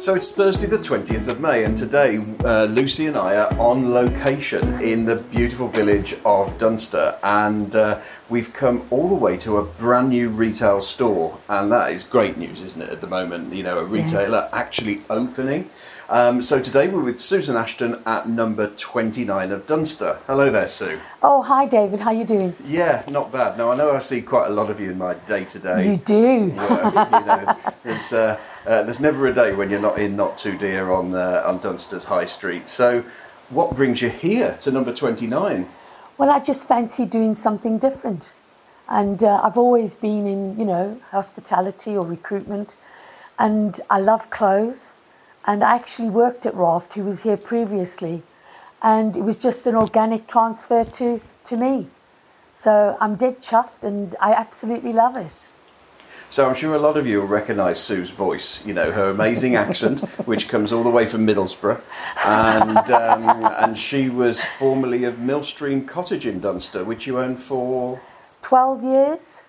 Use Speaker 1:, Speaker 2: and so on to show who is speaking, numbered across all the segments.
Speaker 1: So it's Thursday, the 20th of May, and today uh, Lucy and I are on location in the beautiful village of Dunster. And uh, we've come all the way to a brand new retail store, and that is great news, isn't it, at the moment? You know, a retailer actually opening. Um, so today we're with Susan Ashton at number 29 of Dunster. Hello there, Sue.
Speaker 2: Oh, hi David, how you doing?
Speaker 1: Yeah, not bad. Now, I know I see quite a lot of you in my day to day
Speaker 2: You do.
Speaker 1: work. You know, there's, uh, uh, there's never a day when you're not in Not Too Dear on, uh, on Dunster's High Street. So, what brings you here to number 29?
Speaker 2: Well, I just fancy doing something different. And uh, I've always been in, you know, hospitality or recruitment. And I love clothes. And I actually worked at Raft, who was here previously. And it was just an organic transfer to, to me. So I'm dead chuffed and I absolutely love it.
Speaker 1: So, I'm sure a lot of you will recognise Sue's voice, you know, her amazing accent, which comes all the way from Middlesbrough. And, um, and she was formerly of Millstream Cottage in Dunster, which you owned for.
Speaker 2: 12 years,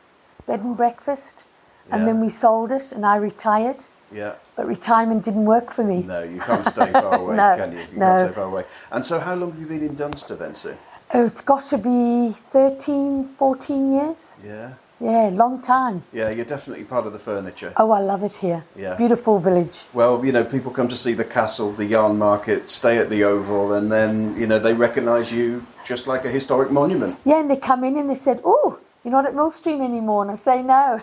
Speaker 2: bed and breakfast.
Speaker 1: Yeah.
Speaker 2: And then we sold it and I retired.
Speaker 1: Yeah.
Speaker 2: But retirement didn't work for me.
Speaker 1: No, you can't stay far away,
Speaker 2: No,
Speaker 1: can you? You
Speaker 2: no.
Speaker 1: can't stay far away. And so, how long have you been in Dunster then, Sue?
Speaker 2: Oh, it's got to be 13, 14 years.
Speaker 1: Yeah.
Speaker 2: Yeah, long time.
Speaker 1: Yeah, you're definitely part of the furniture.
Speaker 2: Oh, I love it here.
Speaker 1: Yeah.
Speaker 2: Beautiful village.
Speaker 1: Well, you know, people come to see the castle, the yarn market, stay at the Oval, and then, you know, they recognise you just like a historic monument.
Speaker 2: Yeah, and they come in and they said, Oh, you're not at Millstream anymore. And I say, No,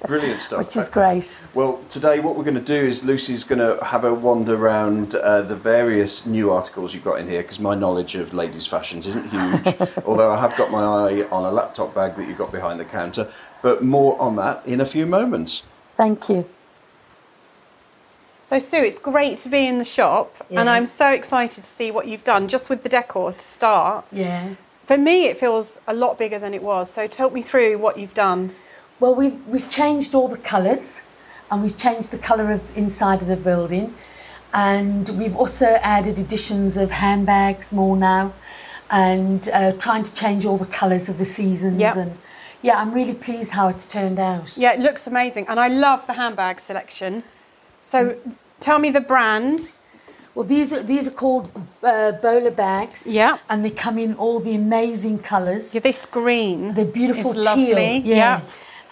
Speaker 1: Brilliant stuff. Uh,
Speaker 2: which is great.
Speaker 1: Well, today what we're going to do is Lucy's going to have a wander around uh, the various new articles you've got in here because my knowledge of ladies' fashions isn't huge, although I have got my eye on a laptop bag that you've got behind the counter. But more on that in a few moments.
Speaker 2: Thank you.
Speaker 3: So Sue, it's great to be in the shop, and
Speaker 2: Yeah.
Speaker 3: I'm so excited to see what you've done just with the decor to start.
Speaker 2: Yeah.
Speaker 3: For me, it feels a lot bigger than it was. So talk me through what you've done.
Speaker 2: Well, we've, we've changed all the colours and we've changed the colour of inside of the building. And we've also added additions of handbags more now and uh, trying to change all the colours of the seasons.
Speaker 3: Yep.
Speaker 2: And yeah, I'm really pleased how it's turned out.
Speaker 3: Yeah, it looks amazing, and I love the handbag selection. So tell me the brands.
Speaker 2: Well, these are these are called uh, bowler bags.
Speaker 3: Yeah.
Speaker 2: and they come in all the amazing colours.
Speaker 3: Yeah, this green.
Speaker 2: They're beautiful
Speaker 3: is lovely.
Speaker 2: teal.
Speaker 3: yeah.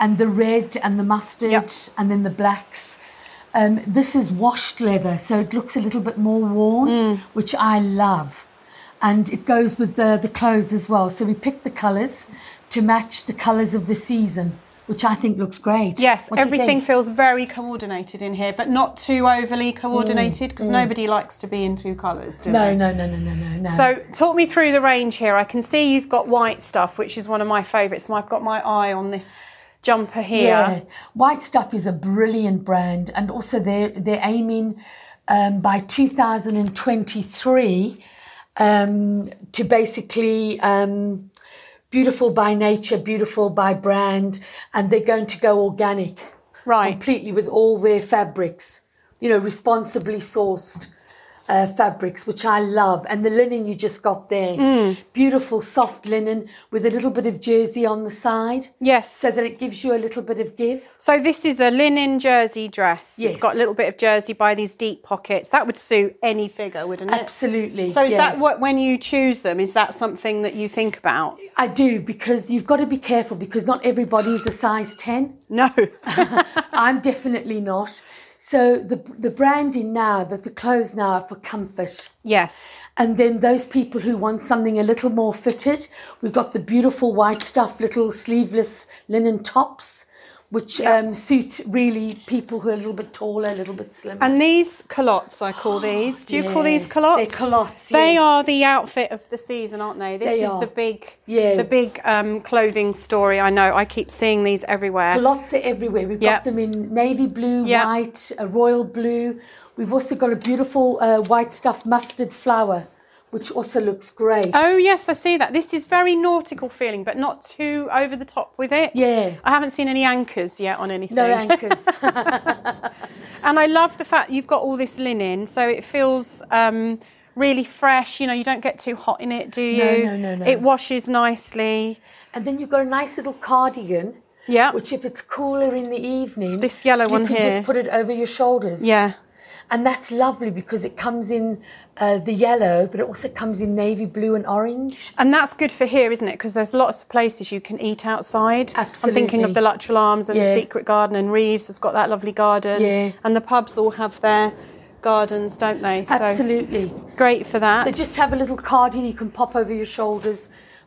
Speaker 2: and the red and the mustard
Speaker 3: Yeah.
Speaker 2: and then the blacks. Um, this is washed leather, so it looks a little bit more worn,
Speaker 3: Mm.
Speaker 2: which I love, and it goes with the the clothes as well. So we picked the colours to match the colours of the season, which I think looks great.
Speaker 3: Yes,
Speaker 2: What do you think?
Speaker 3: everything feels very coordinated in here, but not too overly coordinated because nobody likes to be in two colours, do they?
Speaker 2: Mm, No, no, no, no, no, no, no.
Speaker 3: So, talk me through the range here. I can see you've got white stuff, which is one of my favourites, and I've got my eye on this jumper here.
Speaker 2: Yeah. White Stuff is a brilliant brand, and also they're they're aiming um, by 2023 um, to basically um, beautiful by nature, beautiful by brand, and they're going to go organic,
Speaker 3: Right.
Speaker 2: Completely with all their fabrics, you know, responsibly sourced. Uh, fabrics which I love, and the linen you just got there,
Speaker 3: Mm.
Speaker 2: beautiful soft linen with a little bit of jersey on the side.
Speaker 3: Yes.
Speaker 2: So that it gives you a little bit of give.
Speaker 3: So, this is a linen jersey dress.
Speaker 2: Yes.
Speaker 3: It's got a little bit of jersey by these deep pockets. That would suit any figure, wouldn't it?
Speaker 2: Absolutely.
Speaker 3: So, is
Speaker 2: yeah.
Speaker 3: that what when you choose them? Is that something that you think about?
Speaker 2: I do because you've got to be careful because not everybody's a size 10.
Speaker 3: No.
Speaker 2: I'm definitely not. So the the branding now, that the clothes now are for comfort.
Speaker 3: yes.
Speaker 2: And then those people who want something a little more fitted, we've got the beautiful white stuff, little sleeveless linen tops, which um, suit really people who are a little bit taller, a little bit slimmer.
Speaker 3: And these culottes, I call these. Do you call
Speaker 2: Yeah.
Speaker 3: these culottes?
Speaker 2: They're culottes,
Speaker 3: They
Speaker 2: yes.
Speaker 3: are the outfit of the season, aren't they? This
Speaker 2: They
Speaker 3: is
Speaker 2: are.
Speaker 3: the big,
Speaker 2: Yeah.
Speaker 3: the big um, clothing story. I know. I keep seeing these everywhere.
Speaker 2: Lots are everywhere. We've
Speaker 3: Yep.
Speaker 2: got them in navy blue,
Speaker 3: Yep.
Speaker 2: white, a royal blue. We've also got a beautiful uh, white stuff mustard flower, which also looks great.
Speaker 3: Oh yes, I see that. This is very nautical feeling, but not too over the top with it.
Speaker 2: Yeah.
Speaker 3: I haven't seen any anchors yet on anything.
Speaker 2: no anchors.
Speaker 3: and I love the fact you've got all this linen, so it feels um, really fresh. You know, you don't get too hot in it, do you?
Speaker 2: No, no, no, no.
Speaker 3: It washes nicely.
Speaker 2: and then you've got a nice little cardigan.
Speaker 3: Yeah.
Speaker 2: Which, if it's cooler in the evening,
Speaker 3: This yellow
Speaker 2: you
Speaker 3: one
Speaker 2: can
Speaker 3: here.
Speaker 2: just put it over your shoulders.
Speaker 3: Yeah.
Speaker 2: and that's lovely because it comes in uh, the yellow, but it also comes in navy blue and orange.
Speaker 3: And that's good for here, isn't it? Because there's lots of places you can eat outside. I'm thinking
Speaker 2: Absolutely.
Speaker 3: of the Luttrell Arms and
Speaker 2: Yeah.
Speaker 3: the Secret Garden, and Reeves has got that lovely garden.
Speaker 2: Yeah.
Speaker 3: And the pubs all have their gardens, don't they? So
Speaker 2: Absolutely.
Speaker 3: great for that.
Speaker 2: So just have a little cardigan you can pop over your shoulders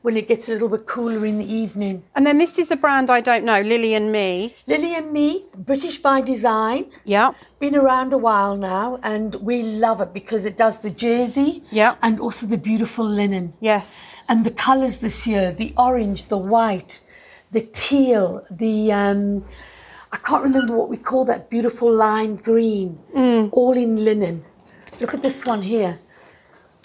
Speaker 2: when it gets a little bit cooler in the evening.
Speaker 3: And then this is a brand I don't know, Lily and Me.
Speaker 2: Lily and me, British by design.
Speaker 3: Yeah.
Speaker 2: Been around a while now, and we love it because it does the jersey
Speaker 3: Yeah.
Speaker 2: and also the beautiful linen.
Speaker 3: Yes.
Speaker 2: And the colours this year the orange, the white, the teal, the. Um, I can't remember what we call that beautiful lime green, all in linen. Look at this one here.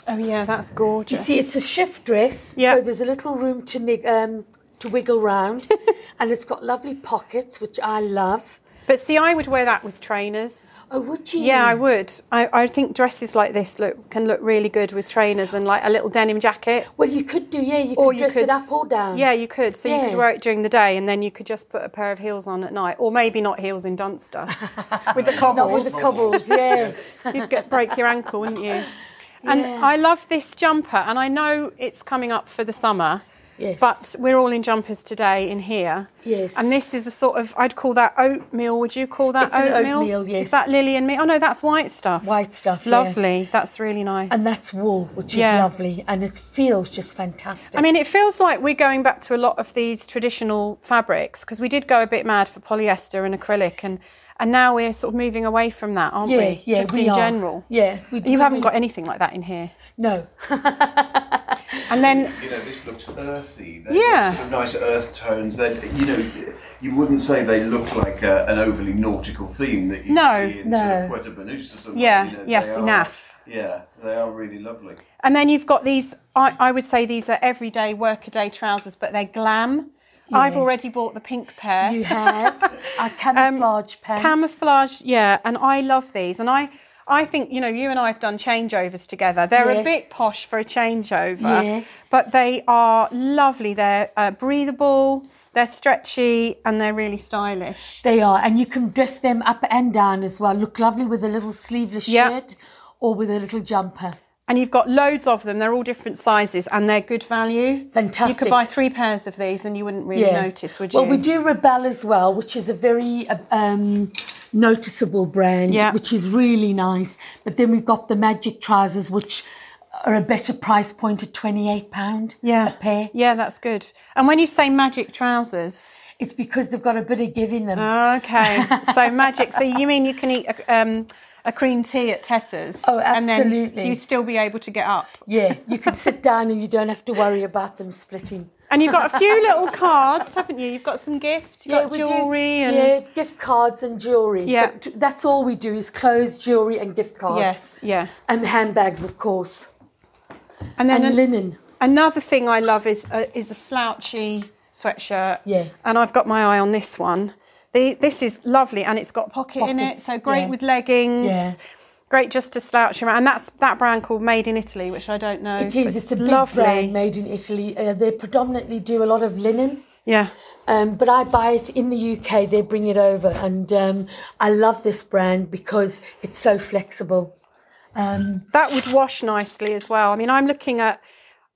Speaker 3: Oh yeah, that's
Speaker 2: You
Speaker 3: gorgeous.
Speaker 2: see, it's a shift dress,
Speaker 3: Yeah.
Speaker 2: so there's a little room to nig- um, to wiggle round, and it's got lovely pockets, which I love.
Speaker 3: but see, I would wear that with trainers.
Speaker 2: Oh, would you?
Speaker 3: Yeah, I would. I, I think dresses like this look can look really good with trainers and like a little denim jacket.
Speaker 2: Well, you could do, yeah. You
Speaker 3: Or
Speaker 2: could
Speaker 3: you
Speaker 2: dress
Speaker 3: could
Speaker 2: it up
Speaker 3: s-
Speaker 2: or down.
Speaker 3: Yeah, you could. So you
Speaker 2: Yeah.
Speaker 3: could wear it during the day, and then you could just put a pair of heels on at night, or maybe not heels in Dunster with the cobbles.
Speaker 2: Not with the cobbles, yeah.
Speaker 3: You'd get, break your ankle, wouldn't you? And
Speaker 2: Yeah.
Speaker 3: I love this jumper, and I know it's coming up for the summer.
Speaker 2: Yes.
Speaker 3: But we're all in jumpers today in here.
Speaker 2: Yes.
Speaker 3: And this is a sort of, I'd call that oatmeal. Would you call that
Speaker 2: It's an
Speaker 3: oatmeal?
Speaker 2: oatmeal, yes.
Speaker 3: Is that Lily and me? Oh no, that's white stuff.
Speaker 2: White stuff, yeah.
Speaker 3: Lovely. That's really nice.
Speaker 2: And that's wool, which is
Speaker 3: Yeah.
Speaker 2: lovely, and it feels just fantastic.
Speaker 3: I mean, it feels like we're going back to a lot of these traditional fabrics because we did go a bit mad for polyester and acrylic, and and now we're sort of moving away from that, aren't
Speaker 2: yeah,
Speaker 3: we?
Speaker 2: yeah,
Speaker 3: Just
Speaker 2: we
Speaker 3: in
Speaker 2: are.
Speaker 3: general.
Speaker 2: Yeah, we
Speaker 3: You haven't
Speaker 2: we-
Speaker 3: got anything like that in here.
Speaker 2: No,
Speaker 3: And then,
Speaker 1: You know, this looks earthy. They've
Speaker 3: Yeah.
Speaker 1: got Sort of nice earth tones. They, you know, you wouldn't say they look like a, an overly nautical theme that you
Speaker 3: No,
Speaker 1: see in
Speaker 2: no.
Speaker 1: sort of Puerto Banús or something.
Speaker 3: Yeah,
Speaker 1: You know,
Speaker 3: yes,
Speaker 1: they are-
Speaker 3: enough.
Speaker 1: Yeah, they are really lovely.
Speaker 3: and then you've got these. I, I would say these are everyday workaday trousers, but they're glam. I've already bought the pink pair.
Speaker 2: you have a camouflage
Speaker 3: Um,
Speaker 2: pants.
Speaker 3: Camouflage, yeah, and I love these. And I, I think you know, you and I have done changeovers together. They're
Speaker 2: Yeah.
Speaker 3: a bit posh for a changeover,
Speaker 2: Yeah.
Speaker 3: but they are lovely. They're uh, breathable, they're stretchy, and they're really stylish.
Speaker 2: They are, and you can dress them up and down as well. Look lovely with a little sleeveless
Speaker 3: Yeah.
Speaker 2: shirt or with a little jumper.
Speaker 3: And you've got loads of them. They're all different sizes, and they're good value. You
Speaker 2: Fantastic.
Speaker 3: could buy three pairs of these, and you wouldn't really notice, would you?
Speaker 2: Well, we do Rebel as well, which is a very uh, um, noticeable brand,
Speaker 3: Yeah.
Speaker 2: which is really nice. But then we've got the Magic trousers, which are a better price point at twenty-eight pound
Speaker 3: Yeah.
Speaker 2: a pair.
Speaker 3: Yeah, that's good. And when you say magic trousers,
Speaker 2: It's because they've got a bit of give in them.
Speaker 3: Uh. Okay, so magic. So you mean you can eat a, um, a cream tea at Tessa's?
Speaker 2: Oh,
Speaker 3: And then
Speaker 2: absolutely.
Speaker 3: you'd still be able to get up.
Speaker 2: yeah, you can sit down and you don't have to worry about them splitting.
Speaker 3: And you've got a few little cards, haven't you? You've got some gifts, you've got
Speaker 2: we do-
Speaker 3: jewellery, and
Speaker 2: yeah, gift cards and jewelry.
Speaker 3: Yeah.
Speaker 2: But that's all we do is clothes, jewelry, and gift cards.
Speaker 3: yes, yeah.
Speaker 2: and handbags, of course,
Speaker 3: And then
Speaker 2: and,
Speaker 3: an-
Speaker 2: linen.
Speaker 3: another thing I love is a, is a slouchy sweatshirt.
Speaker 2: Yeah.
Speaker 3: And I've got my eye on this one. The, this is lovely, and it's got pocket in it,
Speaker 2: Pockets,
Speaker 3: so great
Speaker 2: yeah.
Speaker 3: with leggings.
Speaker 2: Yeah.
Speaker 3: Great just to slouch around, and that's that brand called Made in Italy, which I don't know.
Speaker 2: It
Speaker 3: but
Speaker 2: is. It's a big
Speaker 3: lovely.
Speaker 2: brand made in Italy. Uh, they predominantly do a lot of linen,
Speaker 3: Yeah.
Speaker 2: um, but I buy it in the UK. They bring it over, and um, I love this brand because it's so flexible.
Speaker 3: that would wash nicely as well. I mean, I'm looking at,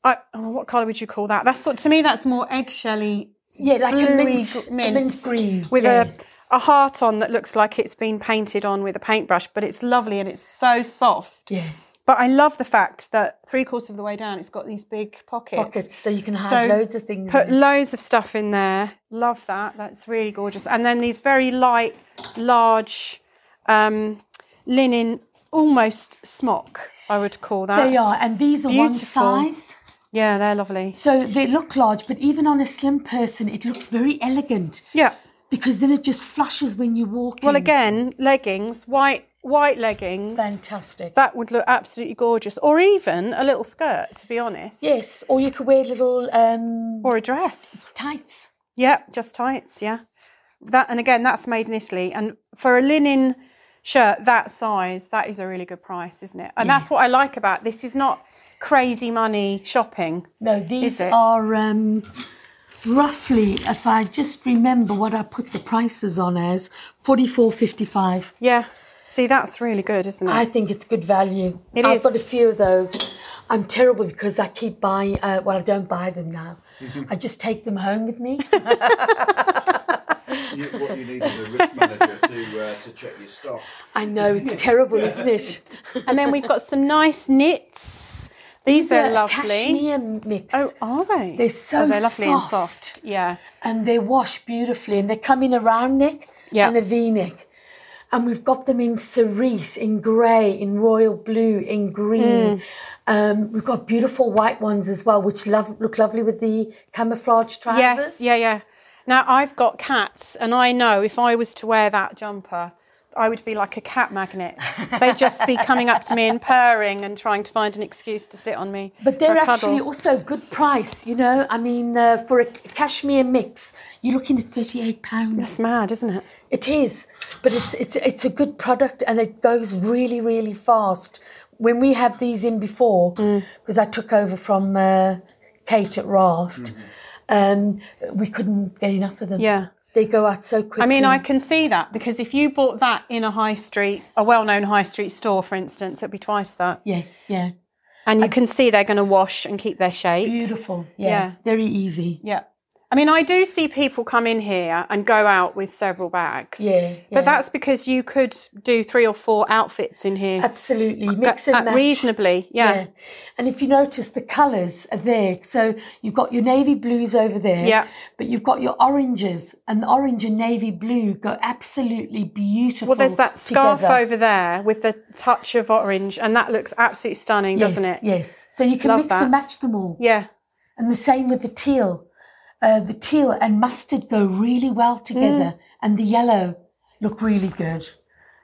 Speaker 3: I, oh, what colour would you call that? That's sort to me, that's more eggshelly,
Speaker 2: Yeah, like a
Speaker 3: bluey
Speaker 2: mint,
Speaker 3: gr-
Speaker 2: a mint green
Speaker 3: with
Speaker 2: yeah.
Speaker 3: a a heart on that looks like it's been painted on with a paintbrush, but it's lovely and it's so soft.
Speaker 2: Yeah.
Speaker 3: But I love the fact that three quarters of the way down, it's got these big pockets.
Speaker 2: pockets, so you can hide loads of things.
Speaker 3: Put
Speaker 2: in it.
Speaker 3: loads of stuff in there. Love that. That's really gorgeous. And then these very light, large um, linen, almost smock. I would call that.
Speaker 2: They are, and these are
Speaker 3: Beautiful.
Speaker 2: one size.
Speaker 3: Yeah, they're lovely.
Speaker 2: So they look large, but even on a slim person, it looks very elegant
Speaker 3: Yeah.
Speaker 2: because then it just flushes when you walk.
Speaker 3: Well,
Speaker 2: in.
Speaker 3: again, leggings, white white leggings.
Speaker 2: fantastic.
Speaker 3: That would look absolutely gorgeous, or even a little skirt, to be honest.
Speaker 2: yes, or you could wear little um,
Speaker 3: Or a dress.
Speaker 2: tights.
Speaker 3: Yeah, just tights. Yeah. That and again, that's made in Italy, and for a linen shirt that size, that is a really good price, isn't it? And that's what I like about this. Is not crazy money shopping.
Speaker 2: No, these
Speaker 3: it?
Speaker 2: are um, roughly, if I just remember what I put the prices on as, forty-four fifty-five.
Speaker 3: Yeah. See, that's really good, isn't it?
Speaker 2: I think it's good value.
Speaker 3: It
Speaker 2: I've
Speaker 3: is.
Speaker 2: got a few of those. I'm terrible because I keep buying, uh, well, I don't buy them now. I just take them home with me.
Speaker 1: You, what you need is a risk manager to, uh, to check your stock.
Speaker 2: I know it's terrible, isn't it?
Speaker 3: and then we've got some nice knits. These are
Speaker 2: A
Speaker 3: lovely.
Speaker 2: Cashmere mix.
Speaker 3: Oh, are they?
Speaker 2: They're so
Speaker 3: oh, they're lovely and
Speaker 2: soft.
Speaker 3: soft. Yeah.
Speaker 2: and they wash beautifully and they come in a round neck
Speaker 3: Yeah.
Speaker 2: and a v-neck and we've got them in cerise in grey in royal blue in
Speaker 3: Hmm.
Speaker 2: green um, we've got beautiful white ones as well which love, look lovely with the camouflage trousers
Speaker 3: Yes. Yeah. Yeah. Now I've got cats, and I know if I was to wear that jumper, I would be like a cat magnet. They'd just be coming up to me and purring and trying to find an excuse to sit on me.
Speaker 2: but they're
Speaker 3: for a cuddle.
Speaker 2: actually also good price you know i mean uh, for a cashmere mix you're looking at 38 pounds
Speaker 3: It's mad, isn't it?
Speaker 2: it is but it's it's it's a good product and it goes really really fast when we have these in before
Speaker 3: Mm.
Speaker 2: because i took over from uh, kate at raft um, we couldn't get enough of them
Speaker 3: Mm-hmm. Yeah.
Speaker 2: they go out so quickly
Speaker 3: I mean, I can see that because if you bought that in a high street, a well-known high street store, for instance, it'd be twice that.
Speaker 2: yeah yeah
Speaker 3: And you can see they're going to wash and keep their shape.
Speaker 2: beautiful yeah,
Speaker 3: Yeah.
Speaker 2: very easy
Speaker 3: Yeah. I mean, I do see people come in here and go out with several bags.
Speaker 2: Yeah, yeah.
Speaker 3: But that's because you could do three or four outfits in here.
Speaker 2: absolutely mix
Speaker 3: uh,
Speaker 2: and match
Speaker 3: Reasonably, yeah.
Speaker 2: Yeah. And if you notice, the colours are there. So you've got your navy blues over there.
Speaker 3: Yeah.
Speaker 2: But you've got your oranges, and the orange and navy blue go absolutely beautiful.
Speaker 3: Well, there's that scarf
Speaker 2: together.
Speaker 3: over there with the touch of orange, and that looks absolutely stunning,
Speaker 2: yes,
Speaker 3: doesn't it?
Speaker 2: Yes. So you can
Speaker 3: Love
Speaker 2: mix
Speaker 3: that.
Speaker 2: and match them all.
Speaker 3: Yeah.
Speaker 2: And the same with the teal. Uh, the teal and mustard go really well
Speaker 3: Mm.
Speaker 2: together, and the yellow look really good.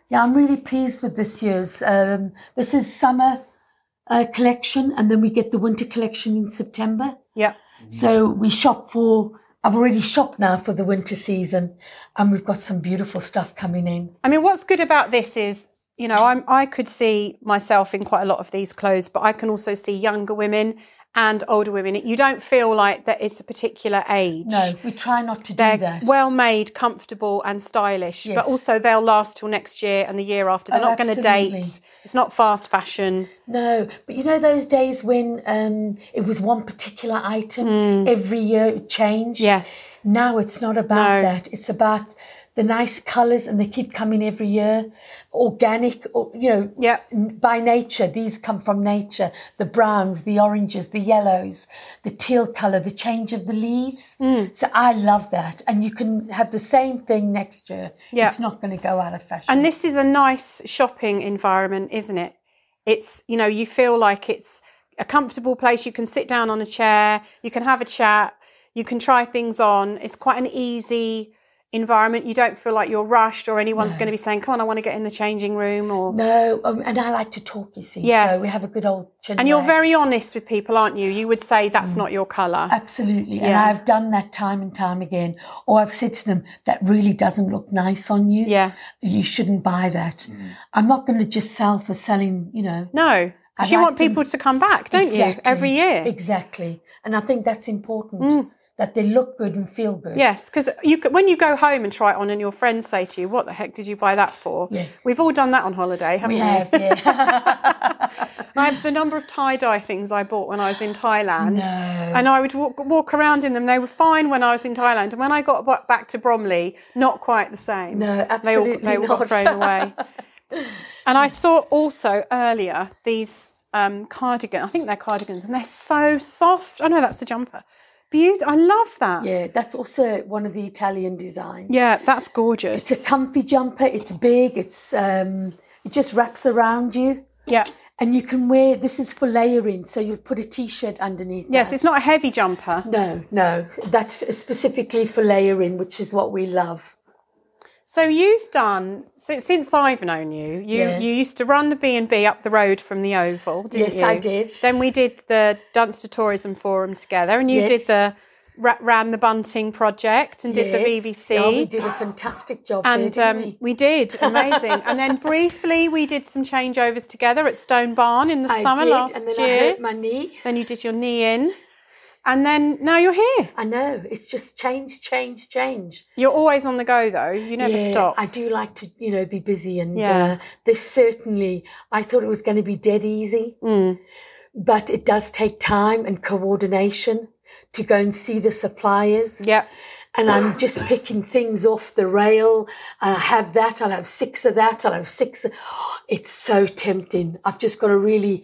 Speaker 2: Yeah, I'm really pleased with this year's. Um, this is summer uh, collection, and then we get the winter collection in September.
Speaker 3: Yeah.
Speaker 2: So we shop for. I've already shopped now for the winter season, and we've got some beautiful stuff coming in.
Speaker 3: I mean, what's good about this is, you know, I'm, I could see myself in quite a lot of these clothes, but I can also see younger women and older women. You don't feel like that it's a particular age.
Speaker 2: No, we try not to do that.
Speaker 3: well made, comfortable, and stylish, but
Speaker 2: Yes.
Speaker 3: also they'll last till next year and the year after. They're
Speaker 2: Oh,
Speaker 3: not going to
Speaker 2: absolutely.
Speaker 3: date. It's not fast fashion.
Speaker 2: no, but you know those days when um, it was one particular item every year it changed.
Speaker 3: Mm. Yes.
Speaker 2: Now it's not about
Speaker 3: No.
Speaker 2: that. It's about the nice colours, and they keep coming every year. Organic, or you know,
Speaker 3: Yeah.
Speaker 2: n- by nature. These come from nature. The browns, the oranges, the yellows, the teal colour, the change of the leaves.
Speaker 3: Mm.
Speaker 2: So I love that, and you can have the same thing next year.
Speaker 3: Yeah.
Speaker 2: It's not going to go out of fashion.
Speaker 3: And this is a nice shopping environment, isn't it? It's, you know, you feel like it's a comfortable place. You can sit down on a chair, you can have a chat, you can try things on. It's quite an easy environment. You don't feel like you're rushed or anyone's going to be saying, come on, I want to get in the changing room or.
Speaker 2: no, um, and I like to talk. You see,
Speaker 3: Yes.
Speaker 2: so we have a good old. Chin
Speaker 3: And you're
Speaker 2: wag.
Speaker 3: very honest with people, aren't you? You would say that's
Speaker 2: Mm.
Speaker 3: not your colour.
Speaker 2: Absolutely. And
Speaker 3: Yeah.
Speaker 2: I've done that time and time again. Or I've said to them, that really doesn't look nice on you.
Speaker 3: Yeah.
Speaker 2: You shouldn't buy that. I'm not going to just sell for selling, you know.
Speaker 3: No, because you
Speaker 2: like
Speaker 3: want
Speaker 2: to-
Speaker 3: people to come back, don't you?
Speaker 2: Exactly.
Speaker 3: Every year. Mm.
Speaker 2: Exactly. And I think that's important that they look good and feel good.
Speaker 3: Yes, because you c- when you go home and try it on, and your friends say to you, "What the heck did you buy that for?"
Speaker 2: Yeah.
Speaker 3: We've all done that on holiday, haven't
Speaker 2: We
Speaker 3: we?
Speaker 2: have, yeah.
Speaker 3: I, the number of tie dye things I bought when I was in Thailand,
Speaker 2: No.
Speaker 3: and I would walk, walk around in them. They were fine when I was in Thailand, and when I got ba- back to Bromley, not quite the same.
Speaker 2: No, absolutely
Speaker 3: They all, they all got
Speaker 2: not.
Speaker 3: thrown away. and I saw also earlier these um, cardigan. I think they're cardigans, and they're so soft. I know that's a jumper. Beautiful. I love that.
Speaker 2: yeah, that's also one of the Italian designs.
Speaker 3: Yeah, that's gorgeous.
Speaker 2: It's a comfy jumper. It's big. It's um, It just wraps around you.
Speaker 3: yeah.
Speaker 2: And you can wear, this is for layering. So you'll put a T-shirt underneath
Speaker 3: Yes, it's not a heavy jumper.
Speaker 2: No, no. That's specifically for layering, which is what we love.
Speaker 3: So you've done since, since I've known you. You
Speaker 2: Yeah.
Speaker 3: you used to run the B and B up the road from the Oval, didn't
Speaker 2: Yes, I
Speaker 3: you?
Speaker 2: did.
Speaker 3: Then we did the Dunster Tourism Forum together, and you did
Speaker 2: Yes.
Speaker 3: the ra- ran the Bunting project and did
Speaker 2: Yes.
Speaker 3: the BBC.
Speaker 2: Yeah, we did a fantastic job
Speaker 3: and
Speaker 2: there, didn't
Speaker 3: um,
Speaker 2: we?
Speaker 3: we did amazing. and then briefly we did some changeovers together at Stone Barn in the
Speaker 2: I
Speaker 3: summer
Speaker 2: did,
Speaker 3: last
Speaker 2: and then
Speaker 3: year.
Speaker 2: I hurt my knee.
Speaker 3: Then you did your knee in. And then now you're here.
Speaker 2: I know. It's just change, change, change.
Speaker 3: You're always on the go though. You never
Speaker 2: Yeah,
Speaker 3: stop.
Speaker 2: I do like to, you know, be busy, and
Speaker 3: Yeah.
Speaker 2: uh, this certainly, I thought it was going to be dead easy,
Speaker 3: Mm.
Speaker 2: but it does take time and coordination to go and see the suppliers.
Speaker 3: Yep.
Speaker 2: And I'm just picking things off the rail. And I have that. I'll have six of that. I'll have six. of- It's so tempting. I've just got to really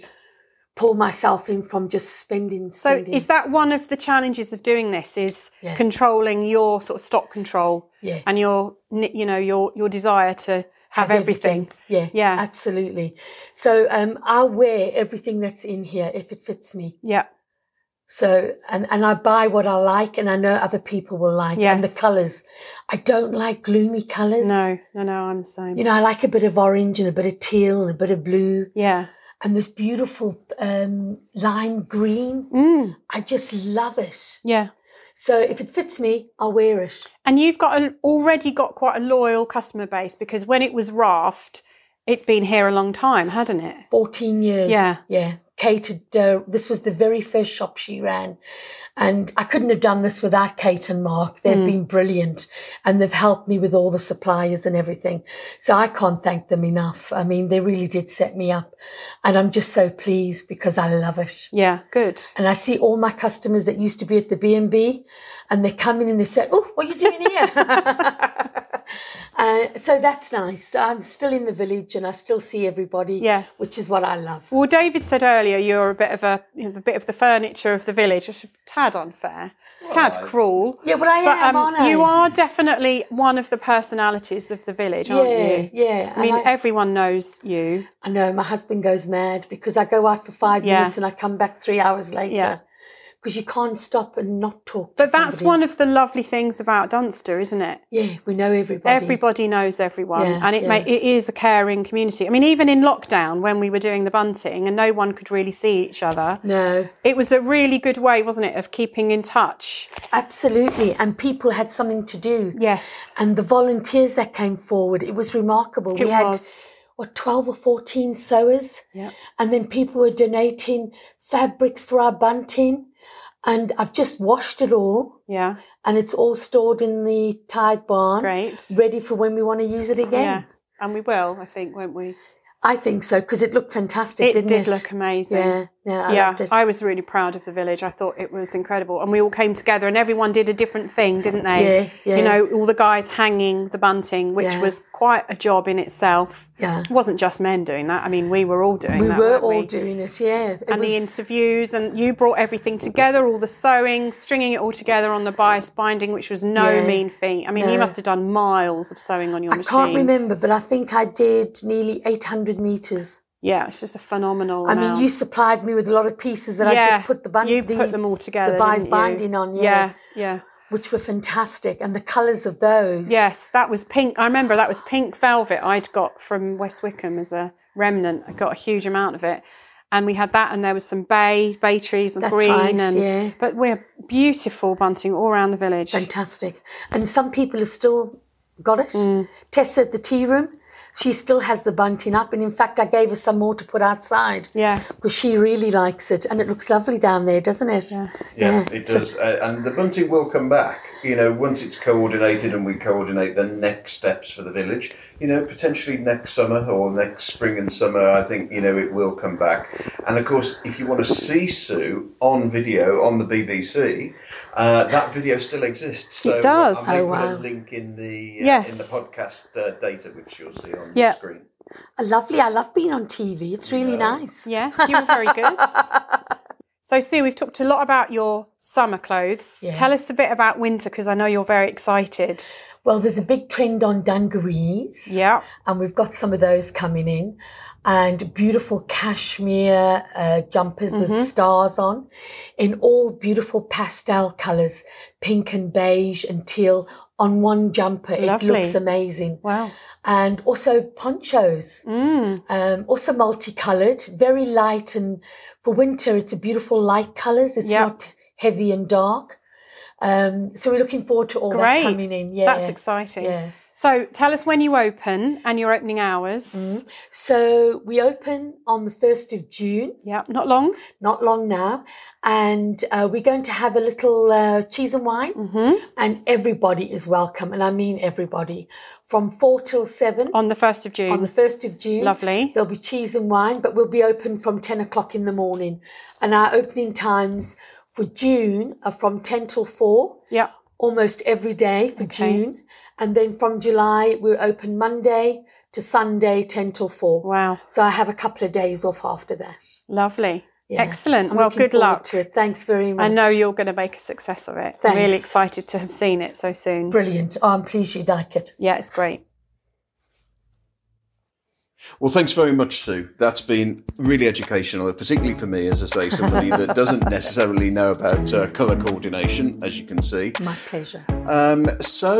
Speaker 2: pull myself in from just spending.
Speaker 3: So
Speaker 2: spending.
Speaker 3: is that one of the challenges of doing this is controlling your sort of stock control
Speaker 2: Yeah.
Speaker 3: and your ni- you know your your desire to have, everything.
Speaker 2: Yeah,
Speaker 3: Yeah.
Speaker 2: absolutely. So um, I wear everything that's in here if it fits me.
Speaker 3: Yeah.
Speaker 2: So and and I buy what I like, and I know other people will like. And
Speaker 3: Yes.
Speaker 2: the colours, I don't like gloomy colours.
Speaker 3: No, no, no, I'm the same.
Speaker 2: You know, I like a bit of orange and a bit of teal and a bit of blue
Speaker 3: yeah.
Speaker 2: and this beautiful um, lime green. I just love it.
Speaker 3: Yeah.
Speaker 2: So if it fits me, I'll wear it.
Speaker 3: And you've got a, already got quite a loyal customer base because when it was Raft, it'd been here a long time, hadn't it?
Speaker 2: 14 years.
Speaker 3: Yeah.
Speaker 2: Yeah. Kate had, uh, this was the very first shop she ran. And I couldn't have done this without Kate and Mark. They've been brilliant and they've helped me with all the suppliers and everything. So I can't thank them enough. I mean, they really did set me up and I'm just so pleased because I love it.
Speaker 3: Yeah. Good.
Speaker 2: And I see all my customers that used to be at the B&B and they come in and they say, Oh, what are you doing here? Uh, so that's nice. I'm still in the village and I still see everybody.
Speaker 3: Yes.
Speaker 2: Which is what I love.
Speaker 3: Well, David said earlier you're a bit of a you know, the bit of the furniture of the village, which is a tad unfair, tad
Speaker 1: I-
Speaker 3: cruel.
Speaker 2: Yeah, well, I
Speaker 3: But um,
Speaker 2: am, aren't I?
Speaker 3: you are definitely one of the personalities of the village, aren't
Speaker 2: Yeah,
Speaker 3: you?
Speaker 2: yeah.
Speaker 3: I mean,
Speaker 2: and I,
Speaker 3: everyone knows you.
Speaker 2: I know my husband goes mad because I go out for five
Speaker 3: Yeah.
Speaker 2: minutes and I come back three hours
Speaker 3: Yeah.
Speaker 2: later because you can't stop and not talk.
Speaker 3: But that's one of the lovely things about Dunster, isn't it?
Speaker 2: Yeah, we know everybody.
Speaker 3: Everybody knows everyone,
Speaker 2: Yeah,
Speaker 3: and it ma-
Speaker 2: yeah.
Speaker 3: it is a caring community. I mean, even in lockdown, when we were doing the bunting and no one could really see each other,
Speaker 2: No,
Speaker 3: it was a really good way, wasn't it, of keeping in touch?
Speaker 2: absolutely. And people had something to do.
Speaker 3: Yes,
Speaker 2: And the volunteers that came forward, it was remarkable.
Speaker 3: it
Speaker 2: we had
Speaker 3: was.
Speaker 2: what 12 or 14 sewers
Speaker 3: Yeah.
Speaker 2: and then people were donating fabrics for our bunting and i've just washed it all
Speaker 3: Yeah.
Speaker 2: and it's all stored in the tide barn
Speaker 3: Great.
Speaker 2: ready for when we want to use it again
Speaker 3: Yeah. And we will, I think, won't we?
Speaker 2: i think so because it looked fantastic
Speaker 3: It
Speaker 2: didn't
Speaker 3: did
Speaker 2: it
Speaker 3: look amazing.
Speaker 2: yeah yeah i
Speaker 3: yeah,
Speaker 2: loved it
Speaker 3: I was really proud of the village. I thought it was incredible. And we all came together and everyone did a different thing, didn't they?
Speaker 2: Yeah, yeah.
Speaker 3: You know, all the guys hanging the bunting, which
Speaker 2: Yeah.
Speaker 3: was quite a job in itself.
Speaker 2: Yeah.
Speaker 3: It wasn't just men doing that. I mean, we were all doing
Speaker 2: we
Speaker 3: that.
Speaker 2: were
Speaker 3: weren't
Speaker 2: all
Speaker 3: we?
Speaker 2: doing it yeah it
Speaker 3: and the
Speaker 2: was
Speaker 3: interviews, and you brought everything together, all the sewing, stringing it all together on the bias binding, which was no
Speaker 2: Yeah.
Speaker 3: mean feat. I mean, you
Speaker 2: No.
Speaker 3: must have done miles of sewing on your
Speaker 2: i
Speaker 3: machine.
Speaker 2: can't remember but i think i did nearly 800 meters
Speaker 3: Yeah, it's just a phenomenal.
Speaker 2: I mean,
Speaker 3: amount.
Speaker 2: you supplied me with a lot of pieces that I
Speaker 3: yeah,
Speaker 2: just put the bun-
Speaker 3: you
Speaker 2: the,
Speaker 3: put them all together.
Speaker 2: the bias
Speaker 3: didn't you?
Speaker 2: binding on.
Speaker 3: yeah, yeah.
Speaker 2: which were fantastic, and the colours of those.
Speaker 3: Yes, that was pink. I remember that was pink velvet I'd got from West Wickham as a remnant. I got a huge amount of it. And we had that, and there was some bay, bay trees and
Speaker 2: That's
Speaker 3: green.
Speaker 2: right,
Speaker 3: and,
Speaker 2: yeah.
Speaker 3: But we're beautiful bunting all around the village.
Speaker 2: fantastic. And some people have still got it.
Speaker 3: Mm.
Speaker 2: Tessa at the tea room, she still has the bunting up, and in fact, I gave her some more to put outside.
Speaker 3: Yeah.
Speaker 2: because she really likes it, and it looks lovely down there, doesn't it? Yeah,
Speaker 1: Yeah, it does. Uh, and the bunting will come back, you know, once it's coordinated and we coordinate the next steps for the village. You know, potentially next summer or next spring and summer, I think, you know, it will come back. And of course, if you want to see Sue on video on the BBC, uh, that video still exists. So uh,
Speaker 3: It does.
Speaker 1: I'm
Speaker 2: Oh,
Speaker 1: going
Speaker 2: wow.
Speaker 1: link in the, uh, in
Speaker 3: Yes.
Speaker 1: the podcast uh, data, which you'll see on
Speaker 3: Yeah.
Speaker 1: the screen.
Speaker 2: lovely. I love being on TV. It's really nice.
Speaker 3: Yes, you were very good. so, Sue, we've talked a lot about your summer clothes.
Speaker 2: Yeah.
Speaker 3: Tell us a bit about winter because I know you're very excited.
Speaker 2: Well, there's a big trend on dungarees.
Speaker 3: Yeah.
Speaker 2: and we've got some of those coming in and beautiful cashmere uh, jumpers
Speaker 3: Mm-hmm.
Speaker 2: with stars on in all beautiful pastel colors pink and beige and teal on one jumper
Speaker 3: Lovely.
Speaker 2: it looks amazing
Speaker 3: Wow.
Speaker 2: and also ponchos
Speaker 3: Mm.
Speaker 2: um, also multicolored very light and for winter it's a beautiful light colors it's
Speaker 3: Yeah.
Speaker 2: not heavy and dark um, so we're looking forward to all that
Speaker 3: Great.
Speaker 2: coming in yeah
Speaker 3: That's exciting.
Speaker 2: yeah
Speaker 3: So tell us when you open and your opening hours.
Speaker 2: Mm-hmm. So we open on the 1st of June,
Speaker 3: Yeah, not long.
Speaker 2: not long now, and uh, we're going to have a little uh, cheese and wine,
Speaker 3: Mm-hmm.
Speaker 2: and everybody is welcome, and I mean everybody, from 4 till 7
Speaker 3: On the 1st of June.
Speaker 2: on the 1st of June.
Speaker 3: Lovely.
Speaker 2: There'll be cheese and wine, but we'll be open from 10 o'clock in the morning, and our opening times for June are from 10 till 4
Speaker 3: yeah.
Speaker 2: almost every day for June. And then from July, we're open Monday to Sunday, 10 till 4.
Speaker 3: Wow.
Speaker 2: So I have a couple of days off after that.
Speaker 3: Lovely.
Speaker 2: Yeah.
Speaker 3: Excellent.
Speaker 2: I'm
Speaker 3: well,
Speaker 2: looking
Speaker 3: good
Speaker 2: forward
Speaker 3: luck.
Speaker 2: To it. Thanks very much.
Speaker 3: I know you're going to make a success of it. I'm
Speaker 2: Thanks.
Speaker 3: really excited to have seen it so soon.
Speaker 2: Brilliant. Oh, I'm pleased you like it.
Speaker 3: Yeah, it's great.
Speaker 1: Well, thanks very much, Sue. That's been really educational, particularly for me, as I say, somebody that doesn't necessarily know about uh, colour coordination, as you can see.
Speaker 2: My pleasure.
Speaker 1: Um, so,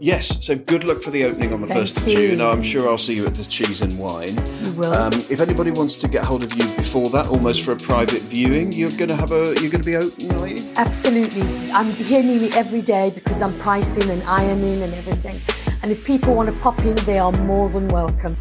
Speaker 1: yes, so good luck for the opening on the
Speaker 2: Thank
Speaker 1: 1st of
Speaker 2: you. Mm-hmm.
Speaker 1: June. I'm sure I'll see you at the Cheese and Wine.
Speaker 2: You will.
Speaker 1: Um, if anybody wants to get hold of you before that, almost for a private viewing, you're going to have a, you're going to be open, are you?
Speaker 2: Absolutely. Um, I'm here nearly every day because I'm pricing and ironing and everything. And if people want to pop in, they are more than welcome.